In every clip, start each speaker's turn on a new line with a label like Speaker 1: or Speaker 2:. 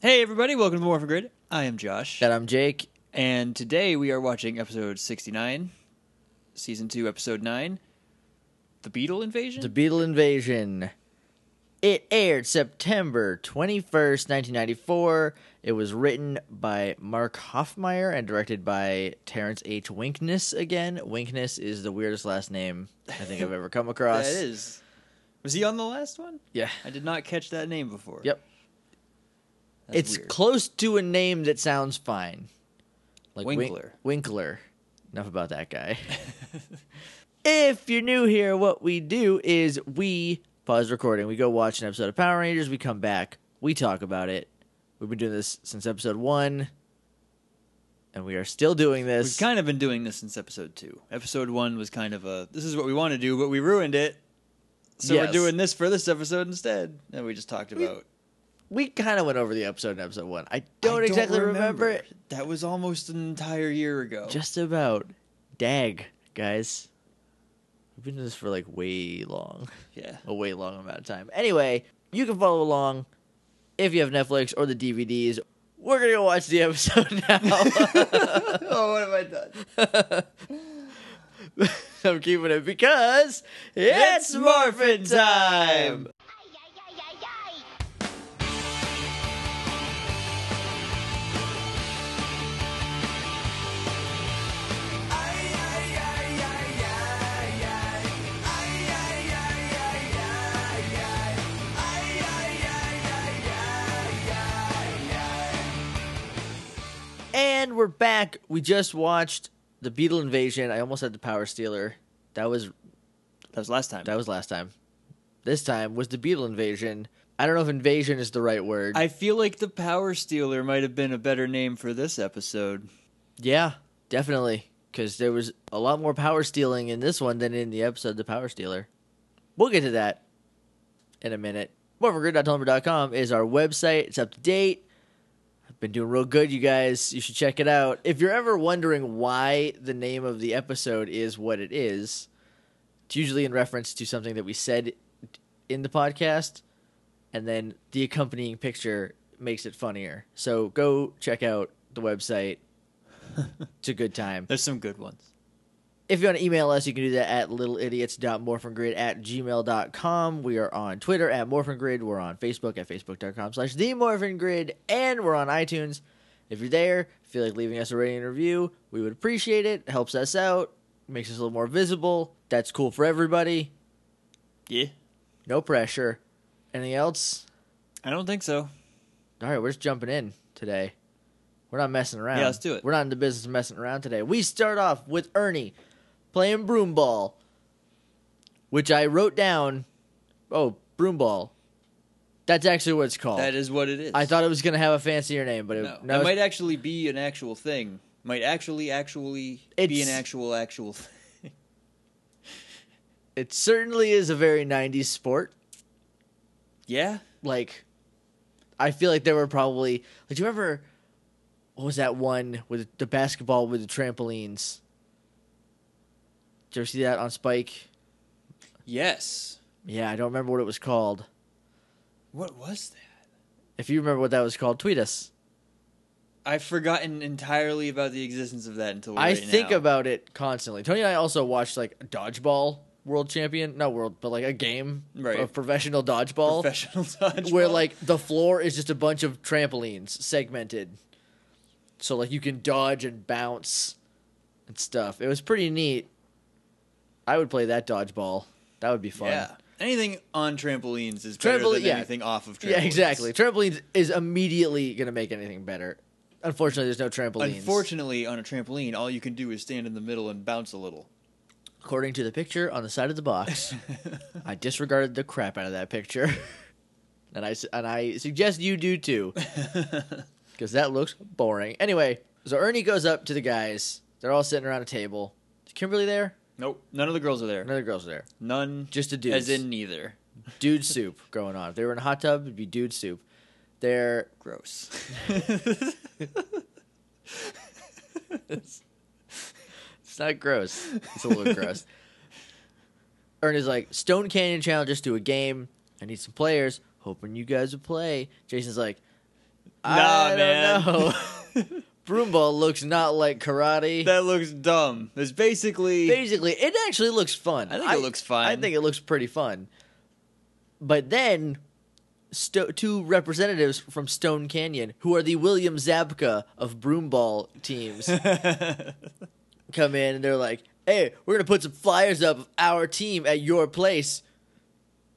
Speaker 1: Hey everybody, welcome to the Morphin Grid. I am Josh,
Speaker 2: And I'm Jake.
Speaker 1: and today we are watching episode 69, season 2, episode 9, The Beetle Invasion?
Speaker 2: The Beetle Invasion. It aired September 21st, 1994. It was written by Mark Hoffmeyer and directed by Terrence H. Winkness again. Winkness is the weirdest last name I think I've ever come
Speaker 1: that
Speaker 2: across.
Speaker 1: is. Was he on the last one?
Speaker 2: Yeah.
Speaker 1: I did not catch that name before.
Speaker 2: Yep.
Speaker 1: That's
Speaker 2: it's
Speaker 1: weird.
Speaker 2: close to a name that sounds fine. Like Wink-
Speaker 1: Winkler.
Speaker 2: Winkler. Enough about that guy. if you're new here, what we do is we pause recording. We go watch an episode of Power Rangers. We come back. We talk about it. We've been doing this since episode one, and we are still doing
Speaker 1: We've
Speaker 2: this.
Speaker 1: kind of been doing this since episode 2. Episode 1 was kind of a, this is what we want to do, but we ruined it. So we're
Speaker 2: Yes.
Speaker 1: doing this for this episode instead. And we just talked about.
Speaker 2: we kind of went over the episode in episode one. I don't,
Speaker 1: I
Speaker 2: exactly remember it.
Speaker 1: That was almost an entire year ago.
Speaker 2: Just about. Dag, guys. We've been doing this for like way long.
Speaker 1: yeah.
Speaker 2: a way long amount of time. Anyway, you can follow along if you have Netflix or the DVDs. We're gonna go watch the episode now.
Speaker 1: oh, what have I done?
Speaker 2: I'm keeping it because it's morphin time.
Speaker 3: Ay, ay, ay, ay, ay.
Speaker 2: And we're back. We just watched the Beetle Invasion. I almost had the Power Stealer. That was
Speaker 1: That was last time.
Speaker 2: that was last time. This time was the Beetle Invasion. I don't know if invasion is the right word.
Speaker 1: I feel like the Power Stealer might have been a better name for this episode.
Speaker 2: yeah, definitely. Because there was a lot more power stealing in this one than in the episode The Power Stealer. We'll get to that in a minute. MorphinGrid.tumblr.com is our website. It's up to date. I've been doing real good, you guys. You should check it out. If you're ever wondering why the name of the episode is what it is, it's usually in reference to something that we said in the podcast, and then the accompanying picture makes it funnier. So go check out the website. it's a good time
Speaker 1: There's some good ones.
Speaker 2: if you want to email us, you can do that at littleidiots.morphingrid at gmail.com. We are on Twitter at morphingrid. We're on Facebook at facebook.com slash the morphingrid. And we're on iTunes. If you're there, feel like leaving us a rating and review, we would appreciate it. It helps us out, makes us a little more visible. That's cool for everybody.
Speaker 1: Yeah.
Speaker 2: No pressure. Anything else?
Speaker 1: I don't think so.
Speaker 2: All right, we're just jumping in today. We're not messing around.
Speaker 1: Yeah, let's do it.
Speaker 2: We're not in the business of messing around today. We start off with Ernie playing broomball, which I wrote down. Oh, broomball. That's actually what it's called.
Speaker 1: That is what it is.
Speaker 2: I thought it was going to have a fancier name, but it,
Speaker 1: no.
Speaker 2: no,
Speaker 1: That
Speaker 2: it's-
Speaker 1: might actually be an actual thing. Might actually, actually be
Speaker 2: It's-
Speaker 1: an actual, actual thing.
Speaker 2: it certainly is a very 90s sport.
Speaker 1: yeah.
Speaker 2: Like, I feel like there were probably. Like, do you remember what was that one with the basketball with the trampolines? Did you ever see that on Spike?
Speaker 1: Yes.
Speaker 2: Yeah, I don't remember what it was called.
Speaker 1: What was that?
Speaker 2: If you remember what that was called, tweet us.
Speaker 1: I've forgotten entirely about the existence of that until
Speaker 2: I
Speaker 1: right
Speaker 2: think
Speaker 1: now.
Speaker 2: about it constantly. Tony and I also watched like dodgeball world champion, not world, but like a game
Speaker 1: Right.
Speaker 2: of professional dodgeball
Speaker 1: professional dodgeball.
Speaker 2: where like the floor is just a bunch of trampolines segmented. So like you can dodge and bounce and stuff. It was pretty neat. I would play that dodgeball. That would be fun.
Speaker 1: yeah. Anything on trampolines is better
Speaker 2: Trampoline-
Speaker 1: than
Speaker 2: yeah.
Speaker 1: anything off of trampolines.
Speaker 2: Yeah, exactly. Trampolines is immediately going to make anything better. Unfortunately, there's no trampolines.
Speaker 1: Unfortunately, on a trampoline, all you can do is stand in the middle and bounce a little.
Speaker 2: According to the picture on the side of the box, I disregarded the crap out of that picture. and I s- and I suggest you do too because that looks boring. Anyway, so Ernie goes up to the guys. They're all sitting around a table. Is Kimberly there?
Speaker 1: nope. None of the girls are there.
Speaker 2: None of the girls are there.
Speaker 1: None.
Speaker 2: Just the
Speaker 1: as
Speaker 2: dudes.
Speaker 1: in neither.
Speaker 2: dude soup going on. If they were in a hot tub, it'd be dude soup. They're
Speaker 1: Gross.
Speaker 2: It's not gross. It's a little gross. Ernie's like, Stone Canyon challenges to a game. I need some players. Hoping you guys would play. Jason's like,
Speaker 1: Nah,
Speaker 2: I
Speaker 1: man.
Speaker 2: Don't know. Broomball looks not like karate.
Speaker 1: That looks dumb. It's basically
Speaker 2: Basically, it actually looks fun.
Speaker 1: I think it looks fine.
Speaker 2: I think it looks pretty fun. But then, sto- two representatives from Stone Canyon, who are the William Zabka of broomball teams, come in and they're like, "Hey, we're gonna put some flyers up of our team at your place."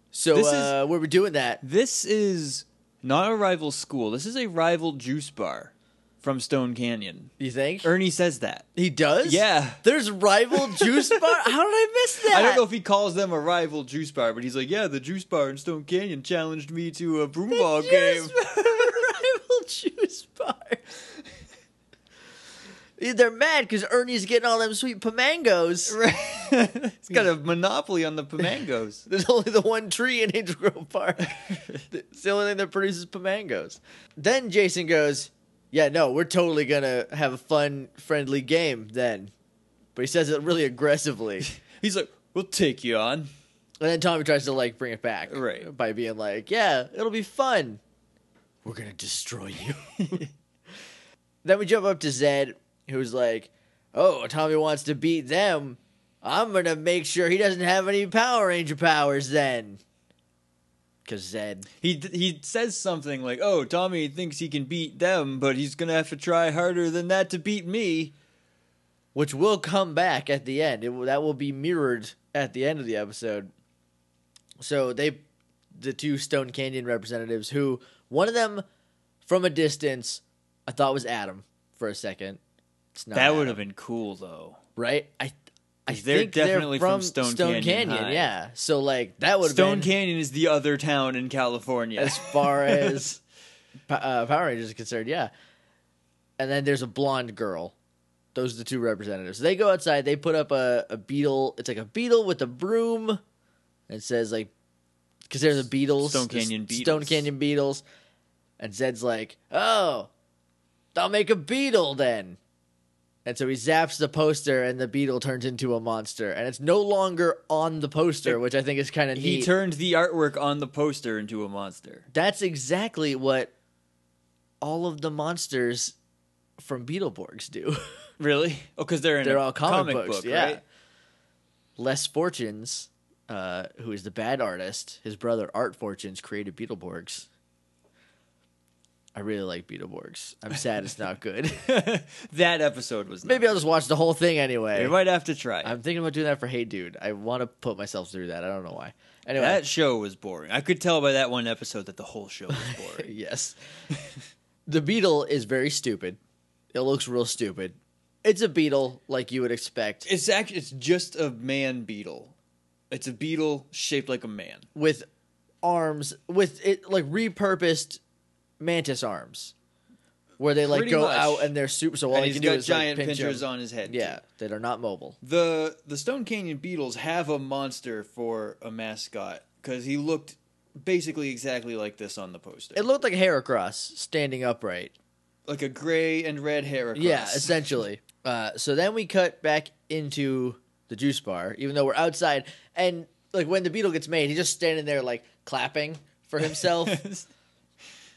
Speaker 2: So
Speaker 1: This is-
Speaker 2: uh, we're doing that.
Speaker 1: this is not a rival school. This is a rival juice bar from Stone Canyon.
Speaker 2: You think
Speaker 1: Ernie says that.
Speaker 2: he does?
Speaker 1: Er, Yeah.
Speaker 2: There's rival juice bar. How did I miss that?
Speaker 1: I don't know if he calls them a rival juice bar, but he's like, yeah, the juice bar in Stone Canyon challenged me to a broomball game.
Speaker 2: Juice bar. rival juice bar. They're mad because Ernie's getting all them sweet pomangos.
Speaker 1: it's got a monopoly on the pomangos.
Speaker 2: There's only the one tree in Angel Grove Park. it's the only thing that produces pomangos. Then Jason goes, "Yeah, no, we're totally gonna have a fun, friendly game then." But he says it really aggressively, and
Speaker 1: He's like, we'll take you on.
Speaker 2: then Tommy tries to like bring it back,
Speaker 1: Right.
Speaker 2: By being like, "Yeah, it'll be fun. We're gonna destroy you." Then we jump up to Zed, who's like, "Oh, Tommy wants to beat them. I'm gonna make sure he doesn't have any Power Ranger powers then." Cause Zed,
Speaker 1: He he says something like, "Oh, Tommy thinks he can beat them, but he's gonna have to try harder than that to beat me."
Speaker 2: which will come back at the end, it, will- that will be mirrored at the end of the episode. So they, the two Stone Canyon representatives, who one of them from a distance, I thought was Adam for a second. It's not
Speaker 1: That
Speaker 2: Adam.
Speaker 1: would have been cool, though.
Speaker 2: right? I I
Speaker 1: They're
Speaker 2: think
Speaker 1: definitely
Speaker 2: they're
Speaker 1: from
Speaker 2: from,
Speaker 1: Stone Canyon
Speaker 2: Canyon.
Speaker 1: High.
Speaker 2: yeah. So like that would have
Speaker 1: Stone
Speaker 2: been
Speaker 1: Canyon is the other town in California.
Speaker 2: as far as Pa- uh, Power Rangers is concerned, yeah. And then there's a blonde girl. Those are the two representatives. They go outside. They put up a, a beetle. It's like a beetle with a broom. And it says like, because there's a beetles.
Speaker 1: Stone Canyon
Speaker 2: there's Stone
Speaker 1: Beetles.
Speaker 2: Canyon beetles. And Zed's like, oh, I'll make a beetle then. And so he zaps the poster, and the beetle turns into a monster. And it's no longer on the poster, which I think is kind of neat.
Speaker 1: he turned the artwork on the poster into a monster.
Speaker 2: That's exactly what all of the monsters from Beetleborgs do.
Speaker 1: Really? Oh, because they're in
Speaker 2: They're
Speaker 1: a
Speaker 2: all comic, books.
Speaker 1: book,
Speaker 2: yeah.
Speaker 1: right?
Speaker 2: Les Fortunes, uh, who is the bad artist, his brother Art Fortunes created Beetleborgs. I really like Beetleborgs. I'm sad it's not good.
Speaker 1: that episode was.
Speaker 2: Maybe
Speaker 1: Maybe
Speaker 2: I'll just watch the whole thing
Speaker 1: we
Speaker 2: anyway.
Speaker 1: might have to try. it.
Speaker 2: I'm thinking about doing that for Hey Dude. I want to put myself through that. I don't know why. Anyway,
Speaker 1: that show was boring. I could tell by that one episode that the whole show was boring.
Speaker 2: yes. the beetle is very stupid. It looks real stupid. It's a beetle, like you would expect,
Speaker 1: it's actually it's just a man beetle. It's a beetle shaped like a man.
Speaker 2: with arms, with it like repurposed mantis arms, where they like
Speaker 1: Pretty
Speaker 2: go
Speaker 1: much.
Speaker 2: out and they're super. So all
Speaker 1: and
Speaker 2: you
Speaker 1: he's
Speaker 2: can do
Speaker 1: got
Speaker 2: is
Speaker 1: giant
Speaker 2: like, pinch
Speaker 1: pinchers
Speaker 2: them.
Speaker 1: on his head.
Speaker 2: Yeah, that are not mobile.
Speaker 1: The the Stone Canyon Beetles have a monster for a mascot because he looked basically exactly like this on the poster,
Speaker 2: It looked like Heracross standing upright.
Speaker 1: like a gray and red hair. Across.
Speaker 2: Yeah, essentially. Uh, so then we cut back into the juice bar, even though we're outside. And like when the beetle gets made, he's just standing there like clapping for himself.
Speaker 1: At least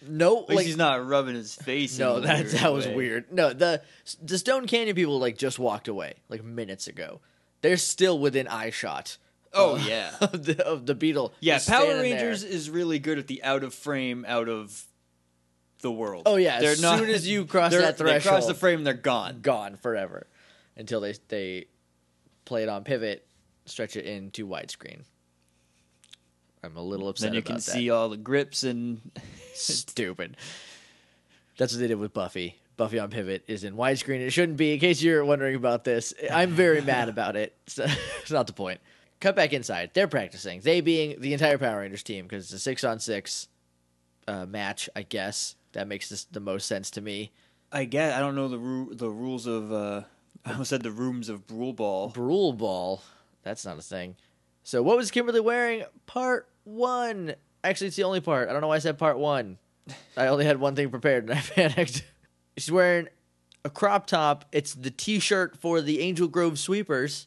Speaker 2: no, like
Speaker 1: he's not rubbing his face. in
Speaker 2: no,
Speaker 1: a
Speaker 2: that that was
Speaker 1: way.
Speaker 2: weird. No, the the Stone Canyon people like just walked away like minutes ago. They're still within eye shot.
Speaker 1: Oh yeah,
Speaker 2: of the of the beetle.
Speaker 1: yeah.
Speaker 2: just
Speaker 1: Power
Speaker 2: standing there.
Speaker 1: Rangers is really good at the out of frame, out of the world.
Speaker 2: Oh, yeah, as soon as you cross
Speaker 1: they're-
Speaker 2: that
Speaker 1: they cross the
Speaker 2: threshold.
Speaker 1: frame, they're gone.
Speaker 2: gone forever until they they play it on pivot, stretch it into widescreen. I'm a little upset.
Speaker 1: Then you
Speaker 2: about
Speaker 1: can
Speaker 2: that.
Speaker 1: see all the grips and
Speaker 2: Stupid. That's what they did with Buffy. Buffy on Pivot is in widescreen. It shouldn't be. In case you're wondering about this, I'm very mad about it. It's, it's not the point. Cut back inside. They're practicing. They being the entire Power Rangers team because it's a six on six uh, match. I guess that makes this the most sense to me.
Speaker 1: I guess I don't know the ru- the rules of. uh I almost said the rooms of Brule Ball.
Speaker 2: Brule ball. That's not a thing. So what was Kimberly wearing? Part one. Actually, it's the only part. I don't know why I said part one. I only had one thing prepared and I panicked. She's wearing a crop top. It's the T-shirt for the Angel Grove Sweepers.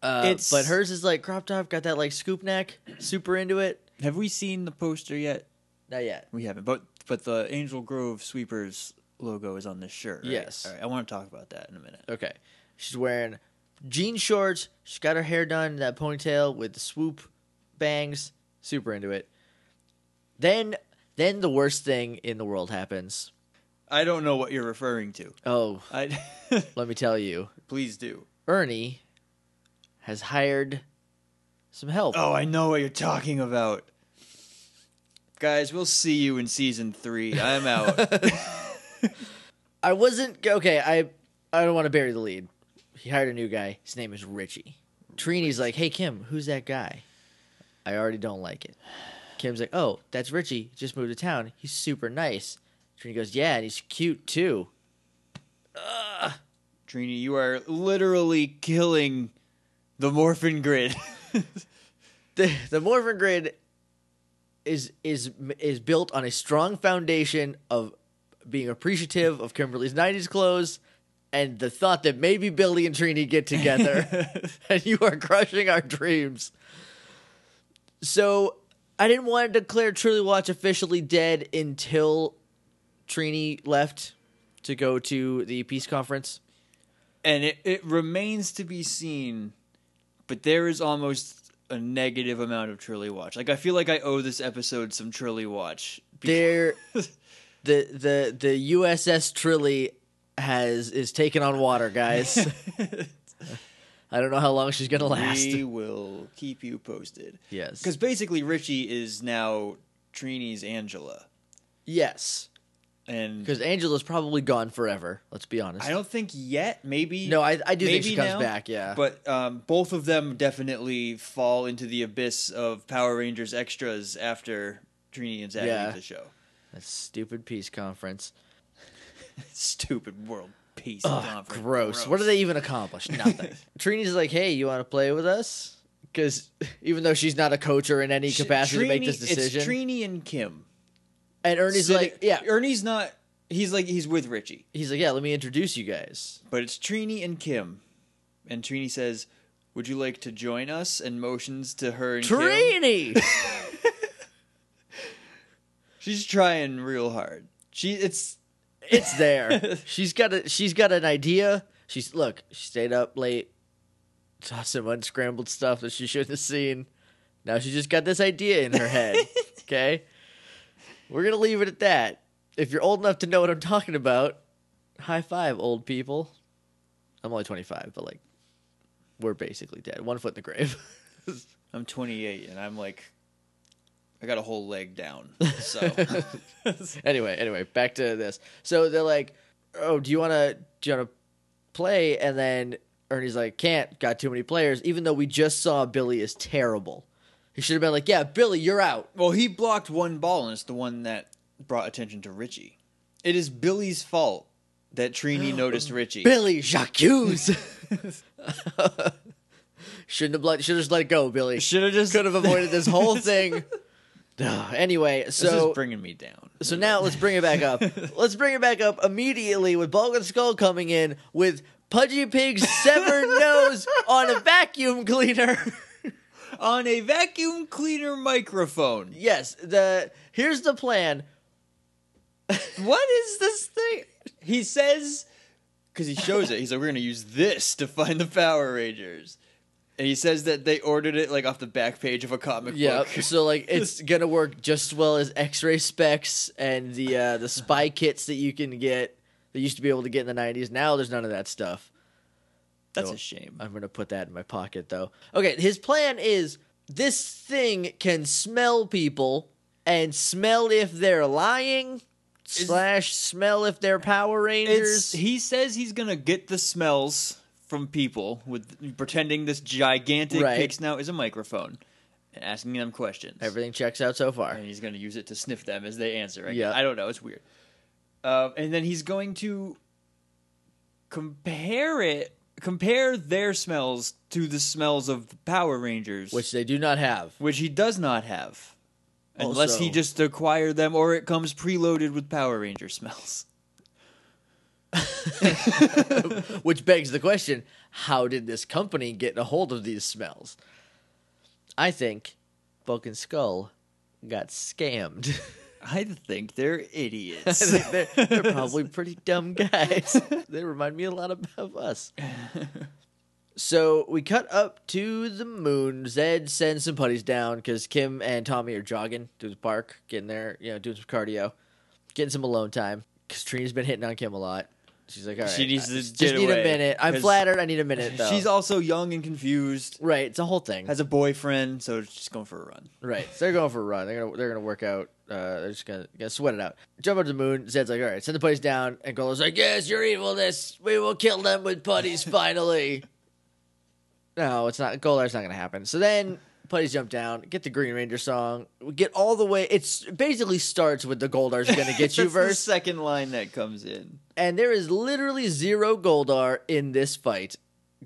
Speaker 2: Uh,
Speaker 1: It's-
Speaker 2: but hers is like crop top, got that like scoop neck. Super into it.
Speaker 1: Have we seen the poster yet?
Speaker 2: Not yet.
Speaker 1: We haven't, but but the Angel Grove Sweepers logo is on this shirt. right?
Speaker 2: Yes.
Speaker 1: All right, I want to talk about that in a minute.
Speaker 2: Okay. She's wearing jean shorts. She's got her hair done in that ponytail with the swoop bangs. Super into it. Then then the worst thing in the world happens.
Speaker 1: I don't know what you're referring to.
Speaker 2: Oh,
Speaker 1: I
Speaker 2: let me tell you.
Speaker 1: please do.
Speaker 2: Ernie has hired some help.
Speaker 1: Oh, I know what you're talking about. Guys, we'll see you in season three. I'm out.
Speaker 2: I wasn't okay, I I don't want to bury the lead. He hired a new guy. His name is Richie. Trini's like, "Hey Kim, who's that guy?" I already don't like it. Kim's like, "Oh, that's Richie. Just moved to town. He's super nice." Trini goes, "Yeah, and he's cute too."
Speaker 1: Trini, you are literally killing the Morphin Grid.
Speaker 2: The the Morphin Grid is is is built on a strong foundation of being appreciative of Kimberly's '90s clothes and the thought that maybe Billy and Trini get together, and you are crushing our dreams. So I didn't want to declare Truly Watch officially dead until Trini left to go to the peace conference.
Speaker 1: and it, it remains to be seen, but there is almost a negative amount of Trilly Watch. Like, I feel like I owe this episode some Trilly Watch.
Speaker 2: There, the the the USS Trilly has is taking on water, guys. I don't know how long she's gonna last.
Speaker 1: We will keep you posted.
Speaker 2: yes,
Speaker 1: Because basically, Richie is now Trini's Angela.
Speaker 2: yes,
Speaker 1: And
Speaker 2: because Angela's probably gone forever. Let's be honest.
Speaker 1: I don't think yet, maybe.
Speaker 2: no, I uh, I do think
Speaker 1: maybe
Speaker 2: she comes
Speaker 1: now,
Speaker 2: back. Yeah,
Speaker 1: But um, both of them definitely fall into the abyss of Power Rangers extras after Trini and Zach
Speaker 2: Yeah.
Speaker 1: leave the show.
Speaker 2: that stupid peace conference.
Speaker 1: Stupid world peace
Speaker 2: Ugh,
Speaker 1: conference.
Speaker 2: gross. What do they even accomplish? Nothing. Trini's like, hey, you want to play with us? Because even though she's not a coach or in any
Speaker 1: Sh-
Speaker 2: capacity to make this
Speaker 1: Trini-
Speaker 2: decision,
Speaker 1: It's Trini and Kim.
Speaker 2: and Ernie's
Speaker 1: Sitting-
Speaker 2: like, yeah,
Speaker 1: Ernie's not. He's like he's with Richie,
Speaker 2: he's like, yeah, let me introduce you guys.
Speaker 1: but it's Trini and Kim, and Trini says, "Would you like to join us?" and motions to her and Kim.
Speaker 2: Trini.
Speaker 1: She's trying real hard. She it's
Speaker 2: It's there. she's got a she's got an idea. She's look, she stayed up late, saw some unscrambled stuff that she shouldn't have seen. Now she just got this idea in her head. okay? We're gonna leave it at that. If you're old enough to know what I'm talking about, high five, old people. I'm only twenty five, but like we're basically dead. One foot in the grave.
Speaker 1: I'm 28 and I'm like I got a whole leg down. So
Speaker 2: anyway, anyway, back to this. So they're like, "Oh, do you want to do you want to play?" And then Ernie's like, "Can't, got too many players." Even though we just saw Billy is terrible, he should have been like, "Yeah, Billy, you're out."
Speaker 1: well, he blocked one ball and it's the one that brought attention to Richie. It is Billy's fault that Trini noticed Richie.
Speaker 2: Billy Jacques shouldn't have let, should have just let it go, Billy.
Speaker 1: Should have just
Speaker 2: Could have avoided this whole thing. Ugh, anyway, so
Speaker 1: This is bringing me down.
Speaker 2: So now let's bring it back up. let's bring it back up immediately with Bulk and Skull coming in with Pudgy Pig's severed nose on a vacuum cleaner.
Speaker 1: on a vacuum cleaner microphone.
Speaker 2: yes, the here's the plan.
Speaker 1: What is this thing? He says, because he shows it. He's like, we're going to use this to find the Power Rangers. And he says that they ordered it like off the back page of a comic
Speaker 2: Yep.
Speaker 1: book.
Speaker 2: So like it's gonna work just as well as X-ray specs and the uh, the spy kits that you can get that you used to be able to get in the '90s. Now there's none of that stuff.
Speaker 1: That's
Speaker 2: No.
Speaker 1: a shame.
Speaker 2: I'm gonna put that in my pocket though. Okay, his plan is this thing can smell people and smell if they're lying slash smell if they're Power
Speaker 1: It's,
Speaker 2: Rangers.
Speaker 1: he says he's going to get the smells from people with pretending this gigantic
Speaker 2: Right.
Speaker 1: pig snout is a microphone and asking them questions.
Speaker 2: Everything checks out so far.
Speaker 1: and he's going to use it to sniff them as they answer. I,
Speaker 2: Yeah.
Speaker 1: I don't know. It's weird. Uh, and then he's going to compare it, compare their smells to the smells of the Power Rangers,
Speaker 2: Which they do not have.
Speaker 1: which he does not have, unless he
Speaker 2: Also-
Speaker 1: just acquired them or it comes preloaded with Power Ranger smells.
Speaker 2: Which begs the question, how did this company get a hold of these smells? I think Bulk and Skull got scammed.
Speaker 1: I think they're idiots.
Speaker 2: they're, they're probably pretty dumb guys. they remind me a lot of, of us. So we cut up to the moon. Zed sends some putties down because Kim and Tommy are jogging through the park, getting there, you know, doing some cardio, getting some alone time. Because Trina's been hitting on Kim a lot. She's like, all right,
Speaker 1: She needs to
Speaker 2: I just
Speaker 1: get
Speaker 2: need a
Speaker 1: away,
Speaker 2: minute. I'm
Speaker 1: 'cause
Speaker 2: flattered. I need a minute though.
Speaker 1: She's also young and confused.
Speaker 2: right. It's a whole thing.
Speaker 1: Has a boyfriend, so she's going for a run.
Speaker 2: Right. So they're going for a run. They're gonna they're gonna work out. Uh, they're just gonna, gonna sweat it out. Jump up to the moon. Zed's like, all right, send the putties down. And Golo's like, yes, your evilness. We will kill them with putties finally. no, it's not. Golar's not gonna happen. So then putties jump down. Get the Green Ranger song. We get all the way. It's basically starts with the Goldar's gonna get you
Speaker 1: That's the
Speaker 2: verse.
Speaker 1: second line that comes in.
Speaker 2: And there is literally zero Goldar in this fight.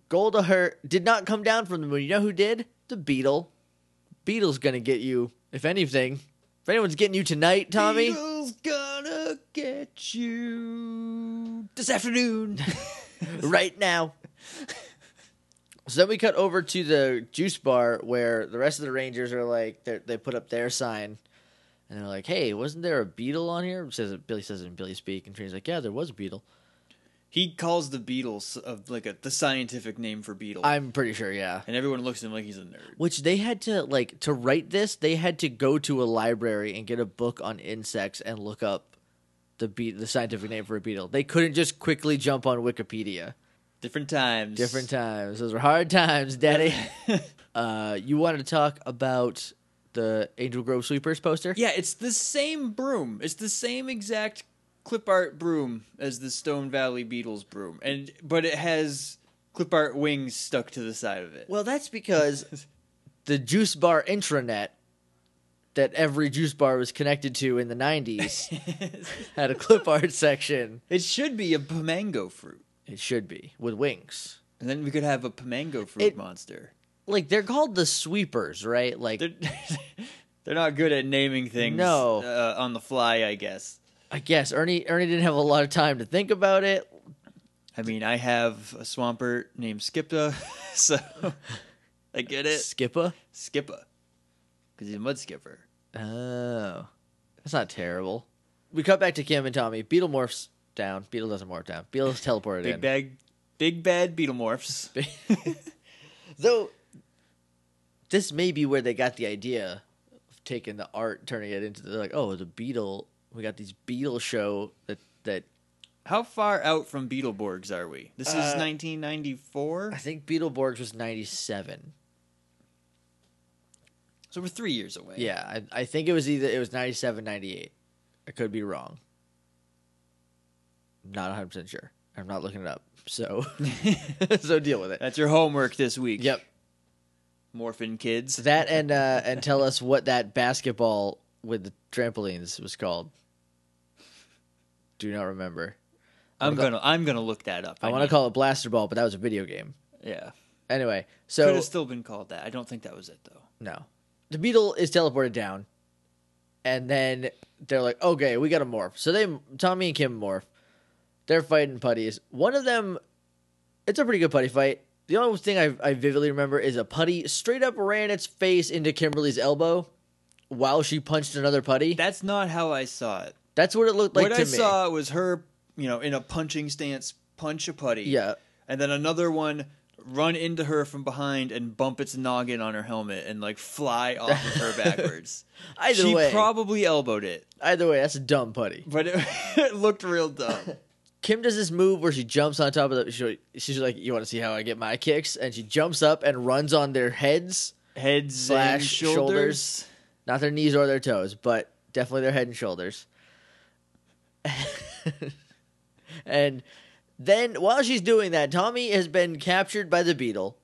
Speaker 2: Goldar did not come down from the moon. You know who did? The Beetle. Beetle's gonna get you, if anything. If anyone's getting you tonight, Tommy,
Speaker 1: Beatles gonna get you this afternoon.
Speaker 2: right now. So then we cut over to the juice bar where the rest of the Rangers are like they're- they put up their sign, and they're like, "Hey, wasn't there a beetle on here?" Says it, Billy says it in Billy speak, and Trina's like, "Yeah, there was a beetle."
Speaker 1: he calls the Beatles of like a, the scientific name for beetle,
Speaker 2: I'm pretty sure, yeah.
Speaker 1: and everyone looks at him like he's a nerd.
Speaker 2: which they had to like to write this they had to go to a library and get a book on insects and look up the be- the scientific name for a beetle they couldn't just quickly jump on wikipedia
Speaker 1: Different times.
Speaker 2: different times those were hard times daddy uh you wanted to talk about the angel grove sweepers poster
Speaker 1: yeah, it's the same broom. It's the same exact clip art broom as the Stone Valley Beatles broom, and but it has clip art wings stuck to the side of it.
Speaker 2: well that's because the juice bar intranet that every juice bar was connected to in the 90s had a clip art section
Speaker 1: it should be a pomango fruit,
Speaker 2: it should be with wings
Speaker 1: and then we could have a pomango fruit
Speaker 2: It-
Speaker 1: monster.
Speaker 2: like they're called the sweepers, right? Like
Speaker 1: They're, they're not good at naming things
Speaker 2: No.
Speaker 1: uh, on the fly, I guess.
Speaker 2: I guess Ernie Ernie didn't have a lot of time to think about it.
Speaker 1: I mean, I have a swampert named Skipta, so I get it.
Speaker 2: Skippa.
Speaker 1: Skippa. Because he's a mud skipper.
Speaker 2: Oh. That's not terrible. We cut back to Kim and Tommy. Beetle morphs down. Beetle doesn't morph down. Beetle's teleported
Speaker 1: Big
Speaker 2: in.
Speaker 1: bag, big bad beetlemorphs.
Speaker 2: Though this may be where they got the idea of taking the art, turning it into they're like, oh, the beetle. We got these beetle show that that
Speaker 1: How far out from Beetleborgs are we? This is
Speaker 2: Uh,
Speaker 1: 1994,
Speaker 2: I think Beetleborgs was ninety seven.
Speaker 1: so we're three years away.
Speaker 2: Yeah, I, I think it was either it was 97, 98. I could be wrong. Not 100% sure. I'm not looking it up. So so deal with it.
Speaker 1: That's your homework this week.
Speaker 2: Yep.
Speaker 1: Morphin kids.
Speaker 2: That and uh and tell us what that basketball with the trampolines was called. Do not remember.
Speaker 1: I'm gonna, I'm gonna look that up.
Speaker 2: I, want to call it blaster ball, but that was a video game.
Speaker 1: to. Yeah.
Speaker 2: Anyway,
Speaker 1: Could
Speaker 2: so
Speaker 1: have still been called that. I don't think that was it though.
Speaker 2: No. The beetle is teleported down, and then they're like, "Okay, we got to morph." So they, Tommy and Kim morph. They're fighting putties. One of them, it's a pretty good putty fight. The only thing I, I vividly remember is a putty straight up ran its face into Kimberly's elbow while she punched another putty.
Speaker 1: That's not how I saw it.
Speaker 2: That's what it looked like
Speaker 1: what
Speaker 2: to
Speaker 1: I
Speaker 2: me.
Speaker 1: saw was her, you know, in a punching stance, punch a putty.
Speaker 2: Yeah.
Speaker 1: And then another one run into her from behind and bump its noggin on her helmet and like fly off of her backwards.
Speaker 2: Either
Speaker 1: she
Speaker 2: way,
Speaker 1: probably elbowed it,
Speaker 2: either way, that's a dumb putty.
Speaker 1: but it, it looked real dumb.
Speaker 2: Kim does this move where she jumps on top of the. She, she's like, "You want to see how I get my kicks?" And she jumps up and runs on their heads.
Speaker 1: Heads and
Speaker 2: Slash
Speaker 1: shoulders.
Speaker 2: Not their knees or their toes, but definitely their head and shoulders. and then while she's doing that, Tommy has been captured by the beetle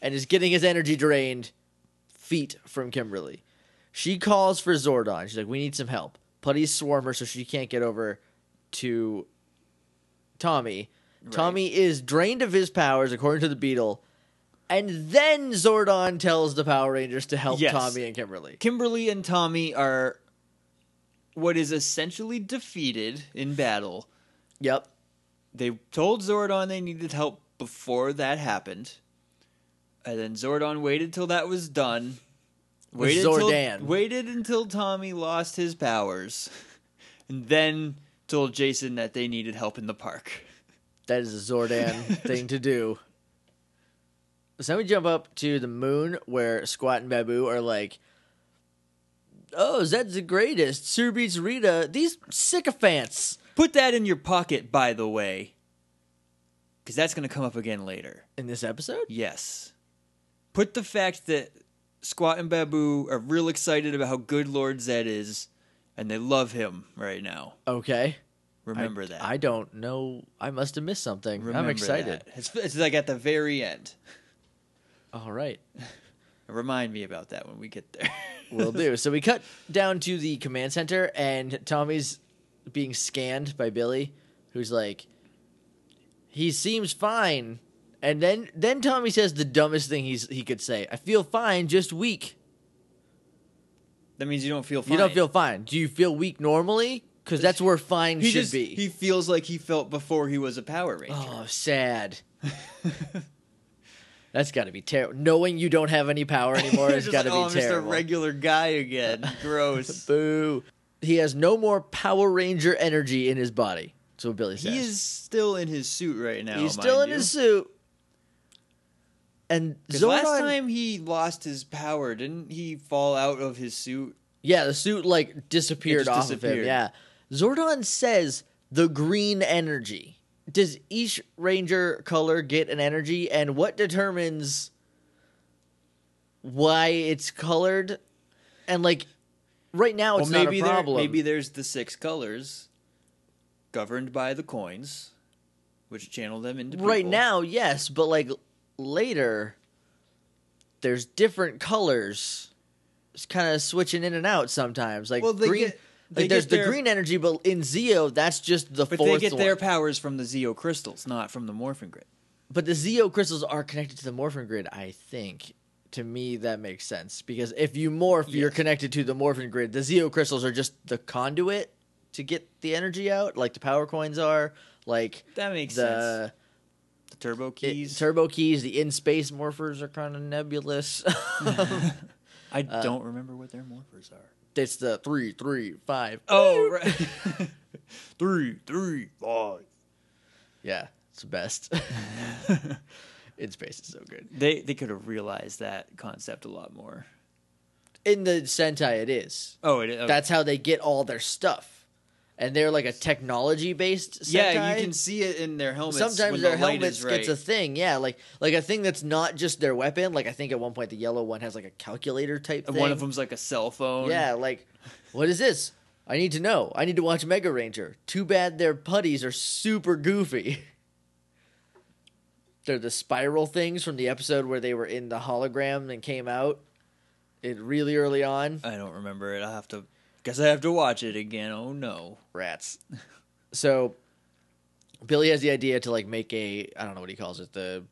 Speaker 2: and is getting his energy drained feet from Kimberly. She calls for Zordon. She's like, We need some help. Putties swarm her so she can't get over to Tommy. Tommy is drained of his powers, according to the beetle. And then Zordon tells the Power Rangers to help
Speaker 1: Yes.
Speaker 2: Tommy and Kimberly.
Speaker 1: Kimberly and Tommy are what is essentially defeated in battle.
Speaker 2: Yep.
Speaker 1: they told Zordon they needed help before that happened. And then Zordon waited till that was done,
Speaker 2: with
Speaker 1: waited
Speaker 2: Zordan.
Speaker 1: Until, waited until Tommy lost his powers, and then told Jason that they needed help in the park.
Speaker 2: That is a Zordan thing to do. So then we jump up to the moon where Squat and Babu are like, Oh, Zed's the greatest. Sue beats Rita. These sycophants.
Speaker 1: Put that in your pocket, by the way, because that's going to come up again later.
Speaker 2: In this episode?
Speaker 1: Yes. Put the fact that Squat and Babu are real excited about how good Lord Zed is, and they love him right now.
Speaker 2: Okay.
Speaker 1: Remember
Speaker 2: I,
Speaker 1: that.
Speaker 2: I don't know. I must have missed something. I'm
Speaker 1: Remember
Speaker 2: excited.
Speaker 1: that. It's, it's like at the very end.
Speaker 2: All right.
Speaker 1: Remind me about that when we get there.
Speaker 2: Will do. So we cut down to the command center, and Tommy's being scanned by Billy, who's like, "He seems fine." And then then Tommy says the dumbest thing he's he could say. I feel fine, just weak.
Speaker 1: that means you don't feel fine.
Speaker 2: You don't feel fine. Do you feel weak normally? Because that's where fine
Speaker 1: he
Speaker 2: should
Speaker 1: just,
Speaker 2: be.
Speaker 1: He feels like he felt before he was a Power Ranger.
Speaker 2: oh, sad. That's got to be terrible. Knowing you don't have any power anymore
Speaker 1: You're
Speaker 2: has
Speaker 1: just
Speaker 2: got to
Speaker 1: like,
Speaker 2: be
Speaker 1: "Oh, I'm just a
Speaker 2: terrible.
Speaker 1: regular guy again. Gross.
Speaker 2: Boo. He has no more Power Ranger energy in his body. So Billy says.
Speaker 1: he is still in his suit right now.
Speaker 2: He's still
Speaker 1: mind
Speaker 2: in
Speaker 1: you.
Speaker 2: his suit. And
Speaker 1: 'Cause
Speaker 2: Zordon,
Speaker 1: last time he lost his power, didn't he fall out of his suit?
Speaker 2: yeah, the suit like disappeared
Speaker 1: just
Speaker 2: off of him.
Speaker 1: disappeared.
Speaker 2: Yeah, Zordon says the green energy. Does each ranger color get an energy, and what determines why it's colored? And like, right now Oh, it's
Speaker 1: maybe
Speaker 2: not a
Speaker 1: there-
Speaker 2: problem.
Speaker 1: maybe there's the six colors, governed by the coins, which channel them into
Speaker 2: right
Speaker 1: people.
Speaker 2: now, yes, but like later, there's different colors. It's kind of switching in and out sometimes. Like
Speaker 1: Well, they
Speaker 2: green,
Speaker 1: get- they
Speaker 2: like there's
Speaker 1: get
Speaker 2: the
Speaker 1: their-
Speaker 2: green energy, but in Zeo, that's just the
Speaker 1: But
Speaker 2: fourth
Speaker 1: they get their
Speaker 2: one.
Speaker 1: powers from the Zeo crystals, not from the Morphin Grid.
Speaker 2: But the Zeo crystals are connected to the Morphin Grid. I think to me that makes sense because if you morph, you're
Speaker 1: Yes.
Speaker 2: connected to the Morphin Grid. The Zeo crystals are just the conduit to get the energy out, like the power coins are, like
Speaker 1: That makes
Speaker 2: the.
Speaker 1: sense. The turbo
Speaker 2: it-
Speaker 1: keys.
Speaker 2: turbo keys. The in space morphers are kind of nebulous.
Speaker 1: I
Speaker 2: uh,
Speaker 1: don't remember what their morphers are.
Speaker 2: it's the three, three, five.
Speaker 1: Oh, right. three, three, five.
Speaker 2: yeah, it's the best. in space is so good.
Speaker 1: They they could have realized that concept a lot more.
Speaker 2: In the Sentai, it is.
Speaker 1: Oh, it, okay.
Speaker 2: That's how they get all their stuff, and they're like a technology based.
Speaker 1: yeah. You can see it in their helmets.
Speaker 2: Sometimes
Speaker 1: when
Speaker 2: their
Speaker 1: the light
Speaker 2: helmets
Speaker 1: is right.
Speaker 2: gets a thing, yeah, like like a thing that's not just their weapon. Like I think at one point the yellow one has like a calculator type.
Speaker 1: And
Speaker 2: thing.
Speaker 1: One of them's like a cell phone.
Speaker 2: Yeah, like, what is this? I need to know. I need to watch Mega Ranger. Too bad their putties are super goofy. They're the spiral things from the episode where they were in the hologram and came out it really early on.
Speaker 1: I don't remember it. I have to. Guess I have to watch it again. Oh no.
Speaker 2: Rats. So Billy has the idea to like make a I don't know what he calls it, the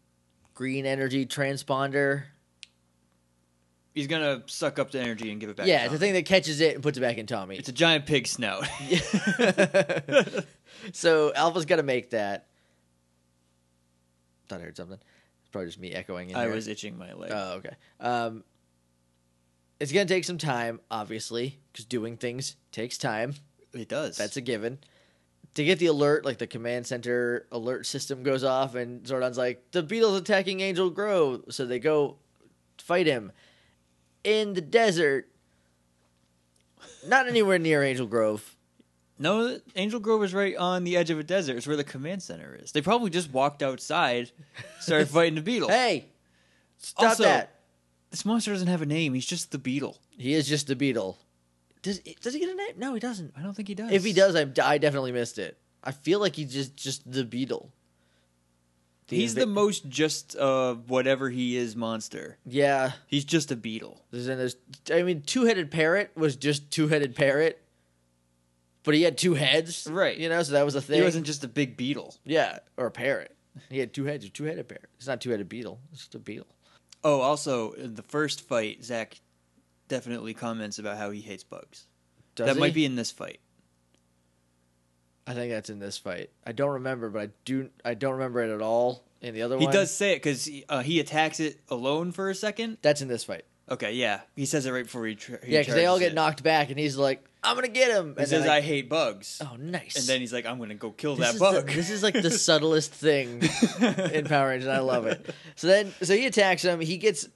Speaker 2: green energy transponder.
Speaker 1: He's gonna suck up the energy and give it back.
Speaker 2: yeah,
Speaker 1: to
Speaker 2: it's the
Speaker 1: Tommy.
Speaker 2: thing that catches it and puts it back in Tommy.
Speaker 1: It's a giant pig snout.
Speaker 2: so Alpha's got to make that. Thought I heard something. It's probably just me echoing. In
Speaker 1: I
Speaker 2: here.
Speaker 1: was itching my leg.
Speaker 2: Oh, okay. Um, it's gonna take some time, obviously, because doing things takes time.
Speaker 1: it does.
Speaker 2: That's a given. To get the alert, like the command center alert system goes off, and Zordon's like, "The Beatles attacking Angel Grove," so they go fight him in the desert. Not anywhere near Angel Grove.
Speaker 1: No, Angel Grove is right on the edge of a desert. It's where the command center is. They probably just walked outside, started fighting the beetle.
Speaker 2: Hey, stop
Speaker 1: Also-
Speaker 2: that!
Speaker 1: This monster doesn't have a name. He's just the beetle.
Speaker 2: He is just the beetle. Does does he get a name? No, he doesn't.
Speaker 1: I don't think he does.
Speaker 2: If he does, I, I definitely missed it. I feel like he's just just the beetle. The
Speaker 1: he's
Speaker 2: inva-
Speaker 1: the most just uh whatever he is monster.
Speaker 2: yeah.
Speaker 1: He's just a beetle.
Speaker 2: There's, and there's I mean, two headed parrot was just two headed parrot, but he had two heads,
Speaker 1: Right.
Speaker 2: You know, so that was a thing.
Speaker 1: He wasn't just a big beetle.
Speaker 2: yeah, or a parrot. He had two heads. Two headed parrot. It's not two headed beetle. It's just a beetle.
Speaker 1: Oh, also in the first fight, Zach definitely comments about how he hates bugs.
Speaker 2: Does
Speaker 1: that
Speaker 2: he?
Speaker 1: might be in this fight.
Speaker 2: I think that's in this fight. I don't remember, but I do. I don't remember it at all in the other
Speaker 1: He
Speaker 2: one.
Speaker 1: does say it because uh, he attacks it alone for a second.
Speaker 2: That's in this fight.
Speaker 1: Okay, yeah, he says it right before he. Tra- he
Speaker 2: Yeah, because they all
Speaker 1: charges
Speaker 2: get
Speaker 1: it.
Speaker 2: knocked back, and he's like, "I'm gonna get him." And
Speaker 1: He
Speaker 2: then
Speaker 1: says,
Speaker 2: I-
Speaker 1: "I hate bugs,"
Speaker 2: "Oh, nice."
Speaker 1: and then he's like, "I'm gonna go kill
Speaker 2: this
Speaker 1: that
Speaker 2: is
Speaker 1: bug."
Speaker 2: The, this is like the subtlest thing in Power Rangers, and I love it. So then, so he attacks him. He gets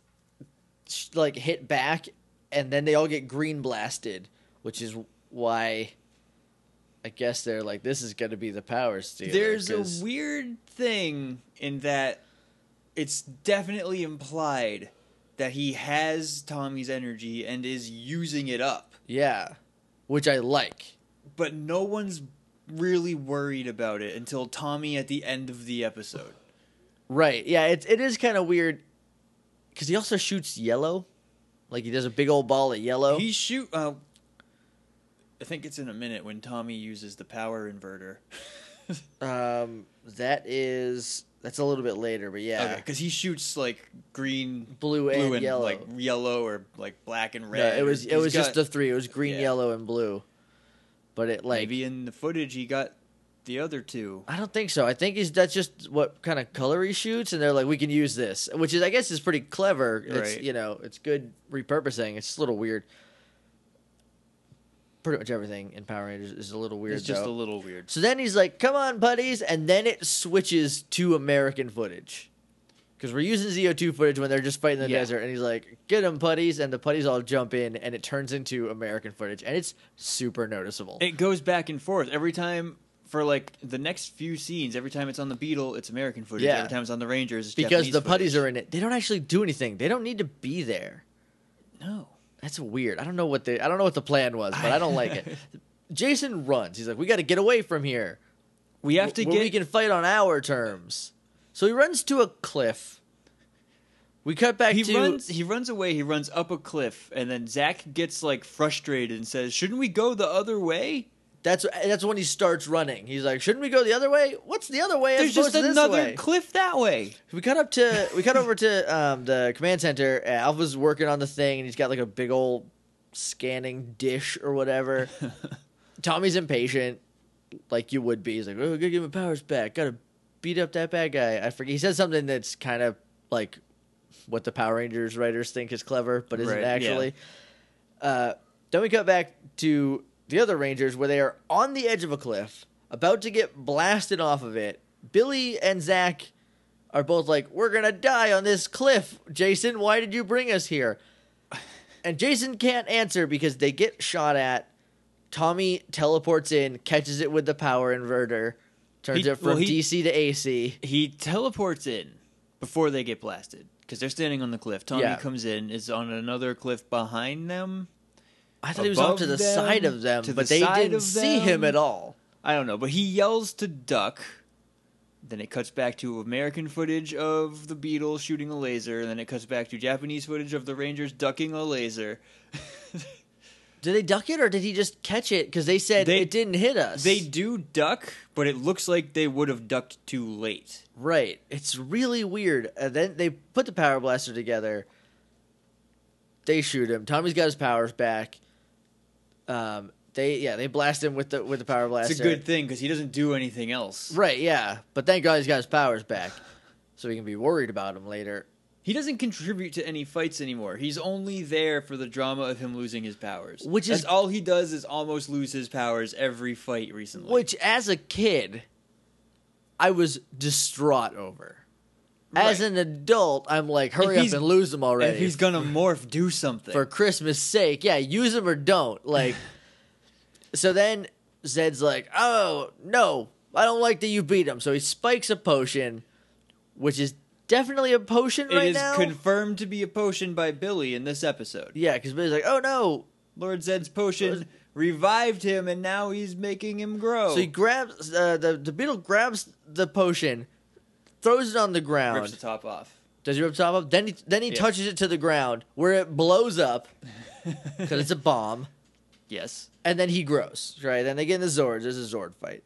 Speaker 2: sh- like hit back, and then they all get green blasted, which is why I guess they're like, "This is gonna be the Power Stealer."
Speaker 1: There's a
Speaker 2: 'cause-
Speaker 1: weird thing in that it's definitely implied that he has Tommy's energy and is using it up,
Speaker 2: yeah, which I like.
Speaker 1: but no one's really worried about it until Tommy at the end of the episode.
Speaker 2: Right? Yeah, it it is kind of weird because he also shoots yellow, like he does a big old ball of yellow.
Speaker 1: He shoot. Uh, I think it's in a minute when Tommy uses the power inverter.
Speaker 2: Um, that is that's a little bit later, but yeah.
Speaker 1: because he shoots like green,
Speaker 2: Blue and yellow.
Speaker 1: like yellow or like black and
Speaker 2: No,
Speaker 1: red.
Speaker 2: it
Speaker 1: or-
Speaker 2: was it
Speaker 1: he's
Speaker 2: was just
Speaker 1: got-
Speaker 2: the three. It was green,
Speaker 1: Yeah.
Speaker 2: yellow, and blue. But it like
Speaker 1: maybe in the footage he got the other two.
Speaker 2: I don't think so. I think he's that's just what kind of color he shoots, and they're like, we can use this, which is I guess is pretty clever. It's
Speaker 1: Right.
Speaker 2: you know it's good repurposing. It's just a little weird. Pretty much everything in Power Rangers is a little weird.
Speaker 1: It's just
Speaker 2: though.
Speaker 1: a little weird.
Speaker 2: So then he's like, "Come on, buddies," and then it switches to American footage because we're using ZO2 footage when they're just fighting in the
Speaker 1: Yeah.
Speaker 2: desert. And he's like, "Get them, buddies!" And the putties all jump in, and it turns into American footage, and it's super noticeable.
Speaker 1: It goes back and forth every time for like the next few scenes. Every time it's on the Beetle, it's American footage.
Speaker 2: Yeah.
Speaker 1: Every time it's on the Rangers, it's
Speaker 2: because the putties
Speaker 1: Japanese
Speaker 2: are in it, they don't actually do anything. They don't need to be there.
Speaker 1: are no.
Speaker 2: That's weird. I don't know what the I don't know what the plan was, but I don't like it. Jason runs. He's like, "We got to get away from here.
Speaker 1: We have to
Speaker 2: where
Speaker 1: get
Speaker 2: we can fight on our terms." So he runs to a cliff. We cut back
Speaker 1: he
Speaker 2: to
Speaker 1: runs he runs away he runs up a cliff and then zach gets like frustrated and says shouldn't we go the other way
Speaker 2: That's that's when he starts running. He's like, "Shouldn't we go the other way? What's the other way? as
Speaker 1: there's just
Speaker 2: opposed to this
Speaker 1: another
Speaker 2: way?"
Speaker 1: cliff that way
Speaker 2: we cut up to we cut over to um, the command center. Uh, Alpha's working on the thing, and he's got like a big old scanning dish or whatever. Tommy's impatient, like you would be. He's like, "Oh, gotta give him powers back. Gotta beat up that bad guy." I forget. He said something that's kind of like what the Power Rangers writers think is clever, but isn't
Speaker 1: Right, yeah.
Speaker 2: actually. Uh, then we cut back to the other Rangers where they are on the edge of a cliff, about to get blasted off of it. Billy and Zach are both like, We're going to die on this cliff. Jason, why did you bring us here? And Jason can't answer because they get shot at. Tommy teleports in, catches it with the power inverter, turns
Speaker 1: He-
Speaker 2: it from
Speaker 1: well, he-
Speaker 2: DC to AC.
Speaker 1: he teleports in before they get blasted because they're standing on the cliff tommy
Speaker 2: Yeah.
Speaker 1: comes in is on another cliff behind them
Speaker 2: I thought he was off
Speaker 1: Above
Speaker 2: to the
Speaker 1: them,
Speaker 2: side of them,
Speaker 1: to the
Speaker 2: but they
Speaker 1: side
Speaker 2: didn't
Speaker 1: of
Speaker 2: see him
Speaker 1: them.
Speaker 2: at all.
Speaker 1: i don't know but he yells to duck then it cuts back to American footage of the Beetle shooting a laser, and then it cuts back to Japanese footage of the Rangers ducking a laser.
Speaker 2: Did they duck it or did he just catch it? Because they said
Speaker 1: They-
Speaker 2: it didn't hit us.
Speaker 1: They do duck, but it looks like they would have ducked too late.
Speaker 2: Right. It's really weird. And then they put the power blaster together. They shoot him. Tommy's got his powers back. Um. They yeah. They blast him with the with the power blaster.
Speaker 1: It's a good thing because he doesn't do anything else.
Speaker 2: Right. Yeah. But thank God he's got his powers back, so we can be worried about him later.
Speaker 1: He doesn't contribute to any fights anymore. He's only there for the drama of him losing his powers.
Speaker 2: Which is-
Speaker 1: That's all he does is almost lose his powers every fight recently.
Speaker 2: Which, as a kid, I was distraught over. As
Speaker 1: Right.
Speaker 2: an adult, I'm like, hurry
Speaker 1: If
Speaker 2: up
Speaker 1: he's-
Speaker 2: and lose them already.
Speaker 1: if he's gonna morph, do something.
Speaker 2: for Christmas sake. Yeah, use them or don't. Like, so then Zed's like, oh no, I don't like that you beat him. So he spikes a potion, which is definitely a potion
Speaker 1: It is
Speaker 2: right now.
Speaker 1: confirmed to be a potion by Billy in this episode.
Speaker 2: yeah, because Billy's like, oh no.
Speaker 1: Lord Zed's potion revived him, and now he's making him grow.
Speaker 2: So he grabs uh, the the beetle grabs the potion, throws it on the ground.
Speaker 1: rips the top off.
Speaker 2: Does he rip the top up? Then he then he
Speaker 1: Yeah.
Speaker 2: touches it to the ground where it blows up because it's a bomb.
Speaker 1: yes.
Speaker 2: and then he grows, right? Then they get in the Zords. There's a Zord fight.